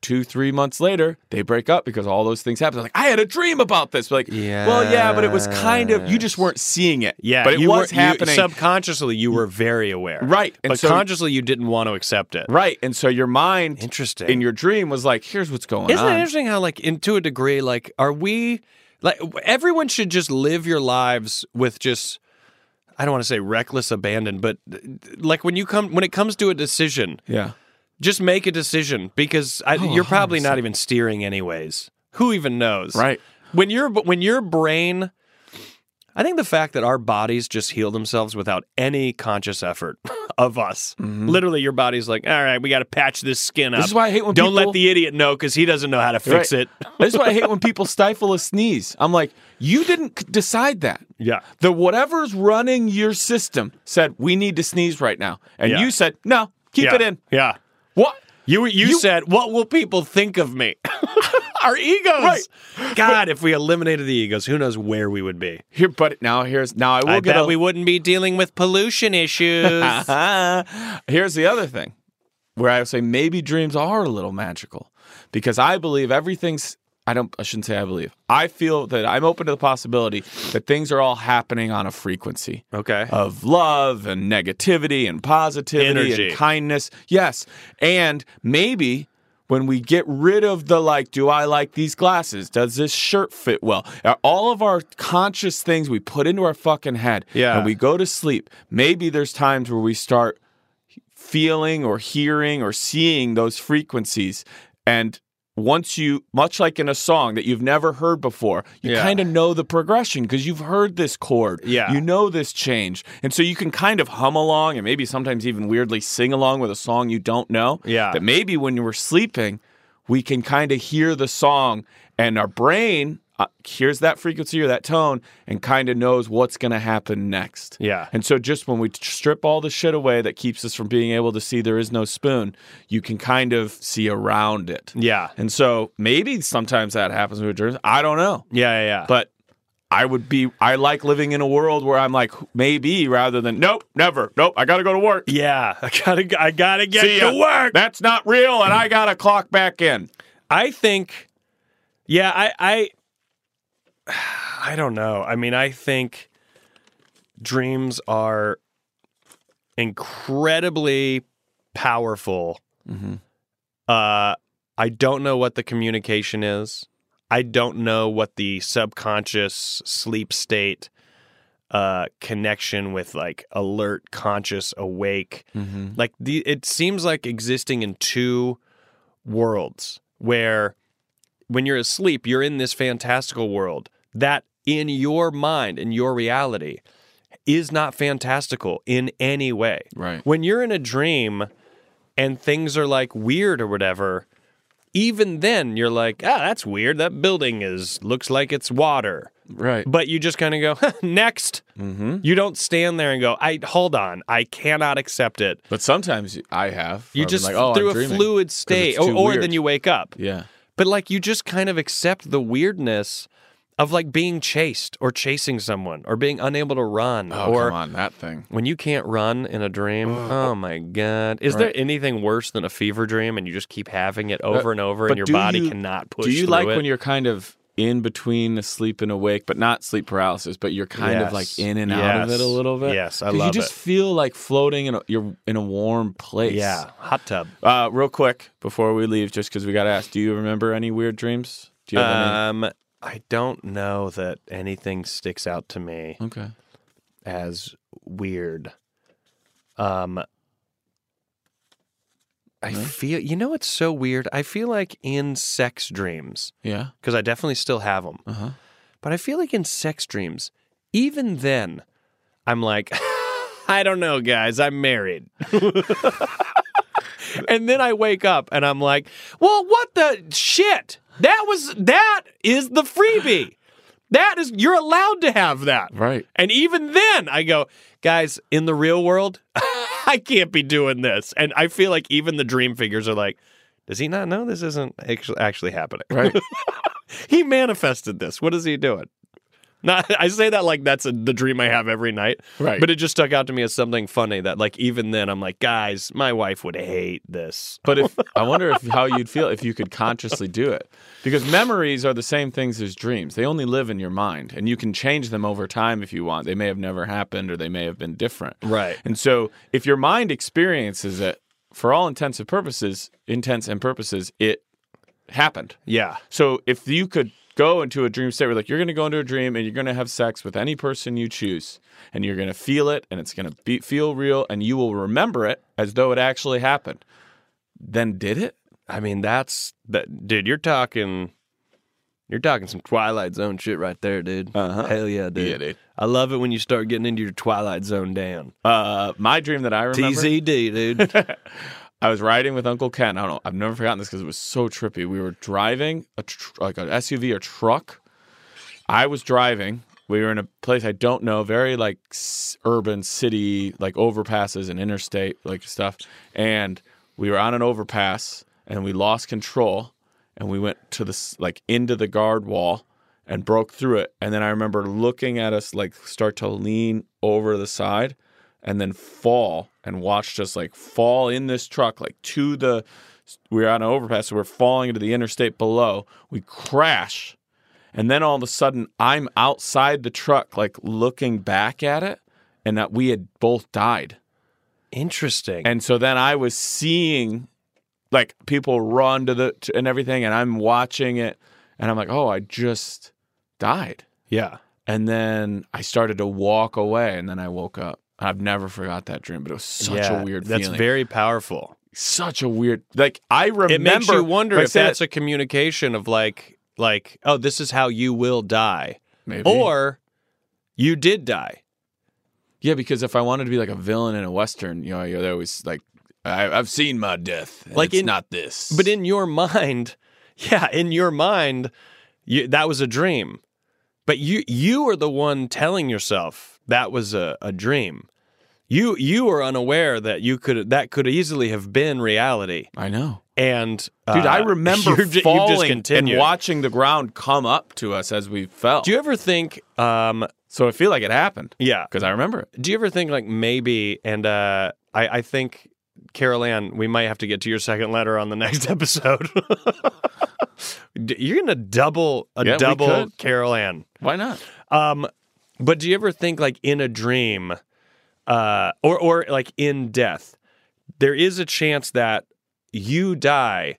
two, three months later, they break up because all those things happen. They're like, I had a dream about this. We're like, well, yeah, but it was kind of, you just weren't seeing it. Yeah, but it you was were- you- happening. subconsciously. You were very aware, Right, and But so- consciously, you didn't want to accept it. Right. And so your mind Interesting. in your dream was like, here's what's going Isn't it on. interesting how, like, in, to a degree, like, are we like everyone should just live your lives with just I don't want to say reckless abandon, but uh, like when you come when it comes to a decision, Yeah. just make a decision because I, you're probably not even steering anyways. Who even knows? Right. When your when your brain I think the fact that our bodies just heal themselves without any conscious effort [laughs] of us. Literally your body's like, "All right, we got to patch this skin up." Mm-hmm. This is why I hate when Don't people- let the idiot know cuz he doesn't know how to fix Right. it. This is why I hate when people stifle a sneeze. I'm like, you didn't c- decide that. Yeah. The whatever's running your system said, we need to sneeze right now. And Yeah. you said, no, keep yeah. it in. Yeah. What? You, you You- said, "What will people think of me?" [laughs] Our egos. God, if we eliminated the egos, who knows where we would be? Here, but now here's, now I will I get bet a, we wouldn't be dealing with [laughs] pollution issues. Here's the other thing where I would say maybe dreams are a little magical because I believe everything's. I don't, I shouldn't say I believe. I feel that I'm open to the possibility that things are all happening on a frequency okay. of love and negativity and positivity Energy. and kindness. Yes. And maybe when we get rid of the like, do I like these glasses? Does this shirt fit well? Are All of our conscious things we put into our fucking head Yeah. and we go to sleep. Maybe there's times where we start feeling or hearing or seeing those frequencies and once you much like in a song that you've never heard before you Yeah. kind of know the progression because you've heard this chord Yeah. you know this change and so you can kind of hum along and maybe sometimes even weirdly sing along with a song you don't know Yeah. that maybe when you were sleeping we can kind of hear the song and our brain uh, hears that frequency or that tone and kind of knows what's going to happen next Yeah. and so, just when we t- strip all the shit away that keeps us from being able to see there is no spoon, you can kind of see around it. Yeah. And so, maybe sometimes that happens with dreams. I don't know. Yeah, yeah, yeah. But I would be, I like living in a world where I'm like, maybe rather than, nope, never, nope, I got to go to work. yeah, [laughs] I gotta, I gotta get See ya. to work. That's not real. And I got to clock back in. I think, yeah, I, I, [sighs] I don't know. I mean, I think dreams are incredibly powerful. Uh, I don't know what the communication is. I don't know what the subconscious sleep state uh, connection with like alert, conscious, awake. Like the, it seems like existing in two worlds where when you're asleep, you're in this fantastical world that in your mind, in your reality, is not fantastical in any way. Right. When you're in a dream and things are like weird or whatever, even then you're like, ah, that's weird. That building is looks like it's water. Right. But you just kind of go, next. Mm-hmm. You don't stand there and go, I hold on, I cannot accept it. But sometimes I have. You just "Oh, through a fluid state, or, or then you wake up. Yeah. But like you just kind of accept the weirdness of like being chased or chasing someone or being unable to run or Oh, on, that thing. when you can't run in a dream. Oh my god! Is there anything worse than a fever dream and you just keep having it over and over Uh, But and your do body you- cannot push? Do you through like it? when you're kind of in between asleep and awake, but not sleep paralysis, but you're kind of like Yes. in and out of Yes. it a little bit? Yes, I 'Cause You love just it. feel like floating in a, you're in a warm place. yeah hot tub? Uh, real quick before we leave, just because we got to ask, do you remember any weird dreams? Do you have Um, I don't know that anything sticks out to me. any? Okay. as weird. Um I feel you know it's so weird. I feel like in sex dreams Yeah. because I definitely still have them. Uh huh. But I feel like in sex dreams, even then, I'm like, [laughs] I don't know, guys, I'm married. [laughs] and then I wake up and I'm like, well, what the shit? That was that is the freebie. That is you're allowed to have that. Right. And even then I go, guys, in the real world, [laughs] I can't be doing this. And I feel like even the dream figures are like, does he not know this isn't actu- actually happening? Right. he manifested this. What is he doing? Not, [laughs] I say that like that's a, the dream I have every night. [laughs] Right. But it just stuck out to me as something funny that like even then I'm like, guys, my wife would hate this. But if I wonder if how you'd feel if you could consciously do it, because memories are the same things as dreams. They only live in your mind, and you can change them over time if you want. They may have never happened, or they may have been different. Right. And so, if your mind experiences it, for all intents and purposes, intents and purposes, it happened. Yeah. So if you could go into a dream state where like you're going to go into a dream and you're going to have sex with any person you choose and you're going to feel it and it's going to be feel real and you will remember it as though it actually happened. Then did it? I mean, that's that dude, you're talking you're talking some Twilight Zone shit right there, dude. Uh-huh. Hell yeah, dude. Yeah, dude. I love it when you start getting into your Twilight Zone down. Uh, my dream that I remember TZD, dude. I was riding with Uncle Ken. I don't know. I've never forgotten this because it was so trippy. We were driving a tr- like an SUV or truck. I was driving. We were in a place I don't know, very like s- urban city, like overpasses and interstate like stuff. And we were on an overpass and we lost control and we went to this like into the guard wall and broke through it. And then I remember looking at us like start to lean over the side and then fall and watched us like fall in this truck like to the we were on an overpass so we're falling into the interstate below we crash and then all of a sudden i'm outside the truck like looking back at it and that we had both died Interesting. and so then i was seeing like people run to the to, and everything and i'm watching it and i'm like oh i just died yeah. and then I started to walk away, and then I woke up. I've never forgot that dream, but it was such Yeah, a weird That's feeling. very powerful. such a weird. Like I remember. it makes you wonder I if said that's a communication of like like oh this is how you will die maybe. or you did die yeah, because if I wanted to be like a villain in a western, you know, they always like, I, I've seen my death. and Like it's in- not this, but in your mind [laughs] yeah in your mind you, that was a dream but you you are the one telling yourself that was a, a dream you you are unaware that you could that could easily have been reality I know. and Dude, uh, [laughs] I remember you've ju- you've just falling and continued. watching the ground come up to us as we fell. do you ever think um so I feel like it happened yeah because I remember it. do you ever think like maybe and uh I, I think Carol Ann, we might have to get to your second letter on the [laughs] next episode. D- You're gonna double a Yeah, we double could. Carol Ann. Why not? Um, but do you ever think like in a dream, uh, or or like in death, there is a chance that you die,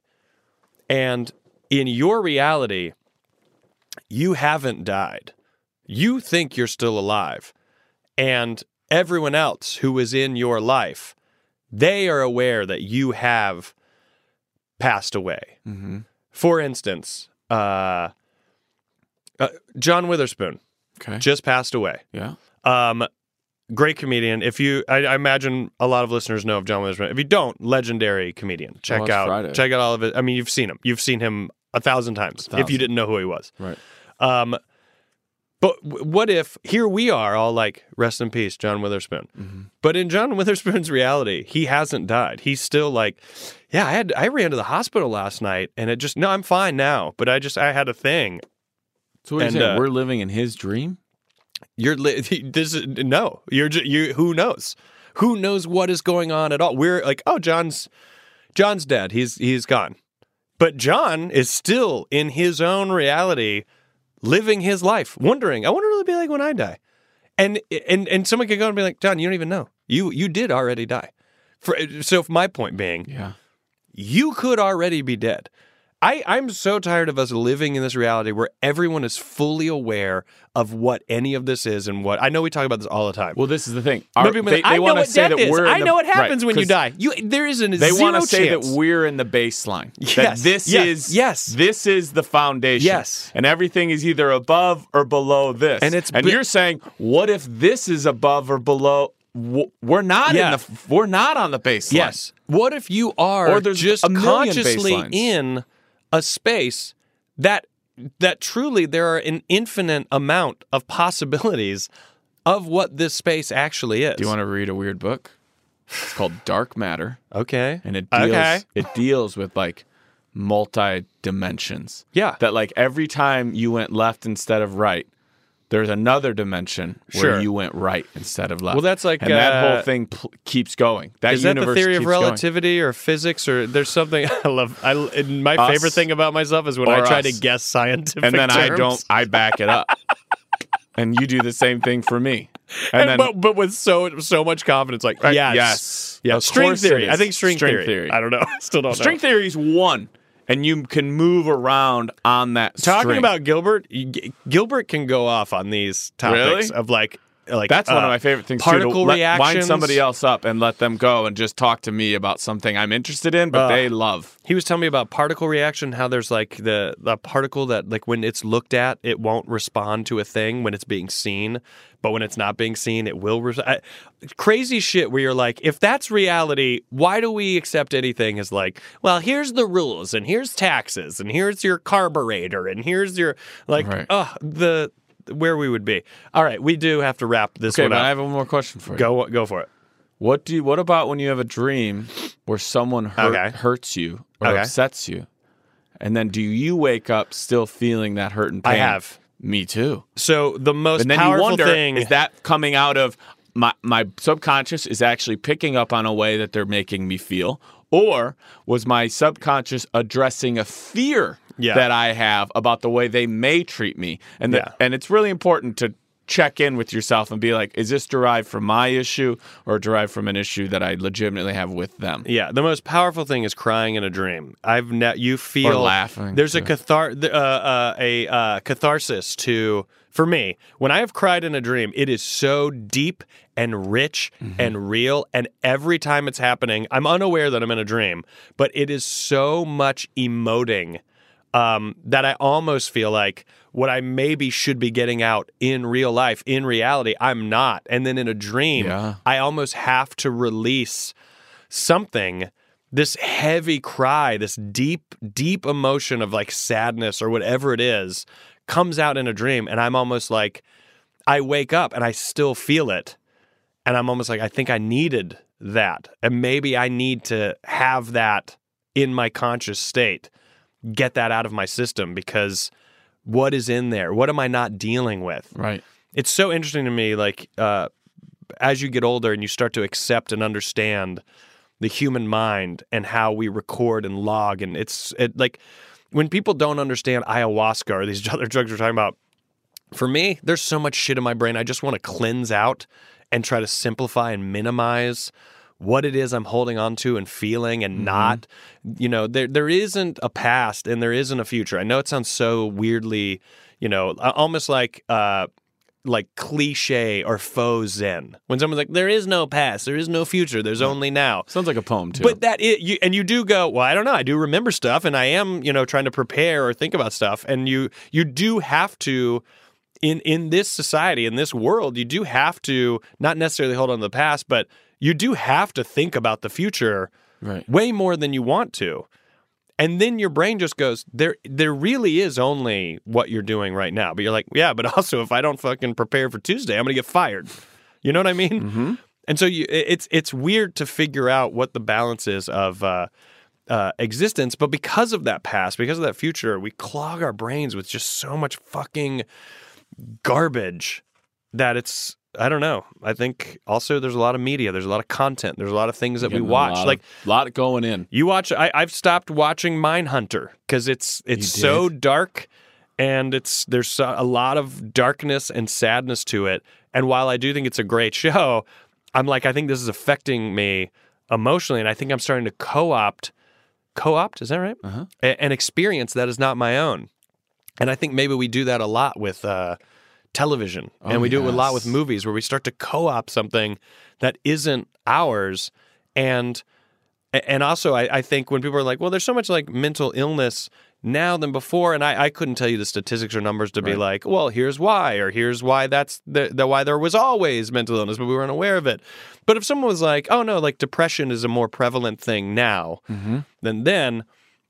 and in your reality, you haven't died. You think you're still alive, and everyone else who is in your life, they are aware that you have passed away. Mm-hmm. For instance, uh, uh, John Witherspoon Okay. just passed away. yeah. Um, great comedian. If you, I, I imagine a lot of listeners know of John Witherspoon. If you don't, legendary comedian. Check it's out, Friday. check out all of it. I mean, you've seen him. You've seen him a thousand times. If you thousand. didn't know who he was, Right. Um, but w- what if here we are all like, rest in peace, John Witherspoon. But in John [laughs] Witherspoon's reality, he hasn't died. He's still like, yeah, I had I ran to the hospital last night, and it just no, I'm fine now. But I just I had a thing. So what are you And, saying? uh, We're living in his dream. You're li- [laughs] this is no. You're ju- you. Who knows? Who knows what is going on at all? We're like, oh, John's John's dead. He's he's gone. But John is still in his own reality, living his life, wondering. I wonder what it'll be like when I die. And and and someone could go and be like, John, you don't even know. You you did already die. For, so my point being, Yeah. you could already be dead. I, I'm so tired of us living in this reality where everyone is fully aware of what any of this is and what I know we talk about this all the time. Well, this is the thing. Our, Our- they- they I know wanna what say death that is. we're in I the- know what happens right, when you 'cause die. You there is an They zero want to say that chance. we're in the baseline. That Yes, this yes, is yes. This is the foundation. Yes. And everything is either above or below this. And it's and bi- you're saying, what if this is above or below? W- We're not Yeah. in the. We're not on the baseline. Yes. What if you are Or there's just a million consciously baselines. in a space that that truly there are an infinite amount of possibilities of what this space actually is. Do you want to read a weird book? It's called Dark Matter, Okay. and it deals Okay. it deals with like multi dimensions. Yeah. That like every time you went left instead of right, there's another dimension where Sure. you went right instead of left. Well, that's like, and that uh, whole thing pl- keeps going. That Is that the universe theory of keeps going. relativity or physics or there's something [laughs] I love? I and my Us favorite thing about myself is when or uh, I try us. to guess scientific and then I terms. don't. I back it up, [laughs] and you do the same thing for me. And, And then but, but with so so much confidence, like Right, yes, yes. yeah. Of String course it theory. I is. think string, String theory. theory. I don't know. [laughs] I still don't know. string theory is one, and you can move around on that. Talking string. about Gilbert, you- G- Gilbert can go off on these topics Really? of like, like That's one uh, of my favorite things. Particle too, to let- reactions. Wind somebody else up and let them go and just talk to me about something I'm interested in, but Ugh. they love. He was telling me about particle reaction, how there's like the the particle that like when it's looked at, it won't respond to a thing when it's being seen, but when it's not being seen, it will. Res- I, crazy shit. Where you're like, if that's reality, why do we accept anything as like, well, here's the rules, and here's taxes, and here's your carburetor, and here's your like, Right. ugh, the where we would be. All right, we do have to wrap this Okay, one but up. I have one more question for you. go go for it. What do you, what about when you have a dream where someone hurt, Okay. hurts you or Okay. upsets you, and then do you wake up still feeling that hurt and I pain? have. Me too. So the most and then you powerful wonder thing is that coming out of my my subconscious is actually picking up on a way that they're making me feel or was my subconscious addressing a fear Yeah. that I have about the way they may treat me and the, Yeah. and it's really important to check in with yourself and be like is this derived from my issue or derived from an issue that I legitimately have with them Yeah, the most powerful thing is crying in a dream. I've ne- you feel laughing, There's a too. cathar th- uh, uh, a uh, catharsis to for me when I have cried in a dream. It is so deep and rich Mm-hmm. and real, and every time it's happening, I'm unaware that I'm in a dream, but it is so much emoting um, that I almost feel like what I maybe should be getting out in real life, in reality, I'm not. And then in a dream, Yeah. I almost have to release something this heavy cry this deep deep emotion of like sadness or whatever it is comes out in a dream and i'm almost like i wake up and i still feel it and i'm almost like i think i needed that and maybe i need to have that in my conscious state get that out of my system because what is in there what am i not dealing with right it's so interesting to me like uh, as you get older and you start to accept and understand the human mind and how we record and log and it's it, like when people don't understand ayahuasca or these [laughs] other drugs we're talking about for me there's so much shit in my brain i just want to cleanse out and try to simplify and minimize what it is i'm holding on to and feeling and not you know there there isn't a past and there isn't a future i know it sounds so weirdly you know a- almost like uh like cliche or faux zen when someone's like there is no past there is no future there's only now sounds like a poem too but that is, you, and you do go. Well, I don't know. I do remember stuff, and I am, you know, trying to prepare or think about stuff. And you, you do have to, in in this society, in this world, you do have to not necessarily hold on to the past, but you do have to think about the future right way more than you want to. And then your brain just goes, there there really is only what you're doing right now. But you're like, yeah, but also if I don't fucking prepare for Tuesday, I'm gonna get fired. You know what I mean? Mm-hmm. And so you, it- it's it's weird to figure out what the balance is of uh, uh, existence, but because of that past, because of that future, we clog our brains with just so much fucking garbage that it's I don't know. I think also there's a lot of media, there's a lot of content, there's a lot of things that we Getting a watch. lot of- like lot going in you watch. I, I've stopped watching Mindhunter because it's it's You so dark, and it's there's a a lot of darkness and sadness to it. And while I do think it's a great [laughs] show, I'm like I think this is affecting me emotionally, and I think I'm starting to co-opt co opt, is that right? Uh-huh. an experience that is not my own. And I think maybe we do that a lot with uh, television, and we do it a lot with movies, where we start to co-opt something that isn't ours, and and also I, I think when people are like, well, there's so much like mental illness now than before, and I, I couldn't tell you the statistics or numbers to be like, well, here's why, or here's why that's the, the why there was always mental illness, but we weren't aware of it. But if someone was like, oh no, like depression is a more prevalent thing now than then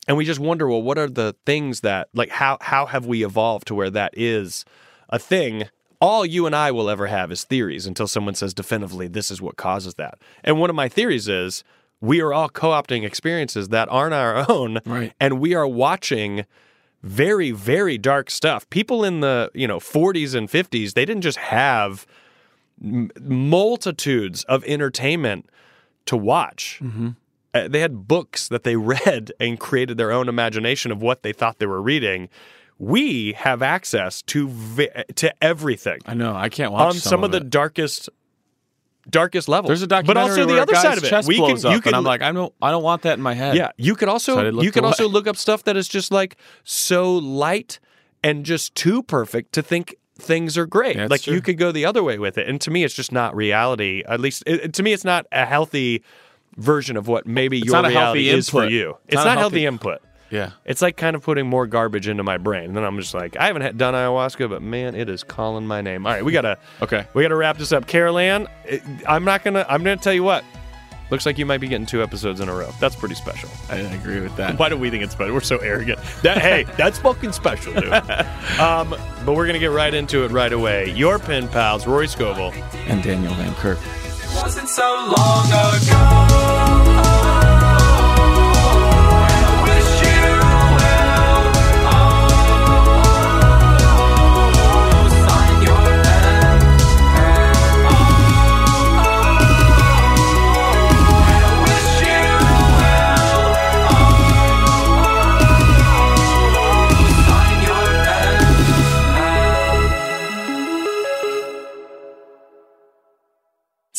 and we just wonder well what are the things that like how how have we evolved to where that is a thing all you and I will ever have is theories until someone says definitively this is what causes that and one of my theories is we are all co-opting experiences that aren't our [laughs] own Right. and we are watching very very dark stuff people in the you know 40s and 50s they didn't just have m- multitudes of entertainment to watch Mm-hmm. uh, they had books that they [laughs] read and created their own imagination of what they thought they were reading. We have access to vi- to everything I know. I can't watch on some, of, the it. darkest darkest levels. There's a documentary, but also the where a other guy's side of it. Chest we blows can, up, you can and I'm like, I don't, I don't want that in my head. yeah, you could also So I looked you could away. also look up stuff that is just like so light and just too perfect to think things are great. That's like true. you could go the other way with it, and to me, it's just not reality. At least it, it- to me, it's not a healthy version of what maybe your not a reality healthy is for input. you. It's, not not, a healthy, healthy- input. yeah. It's like kind of putting more garbage into my brain. And then I'm just like, I haven't had, done ayahuasca, but man, it is calling my name. All right, we gotta Okay. we gotta wrap this up. Carol Ann, it- I'm not gonna I'm gonna tell you what. Looks like you might be getting two episodes in a row. That's pretty special. I didn't agree with that. [laughs] Why do we think it's special? We're so arrogant. That [laughs] hey, that's fucking special, dude. um, but we're gonna get right into it right away. Your pen pals, Rory Scovel. And Daniel Van Kirk. Wasn't so long ago. I wish you well. Oh, sign your pen. I wish you well. Oh, sign your pen.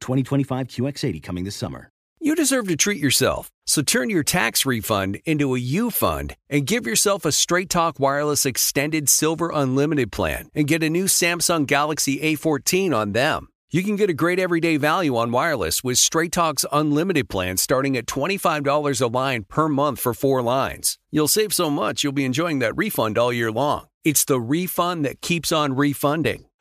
2025 QX80 coming this summer. You deserve to treat yourself, so turn your tax refund into a U fund and give yourself a Straight Talk Wireless Extended Silver Unlimited plan and get a new Samsung Galaxy A14 on them. You can get a great everyday value on wireless with Straight Talk's unlimited plan starting at $25 a line per month for four lines. You'll save so much, you'll be enjoying that refund all year long. It's the refund that keeps on refunding.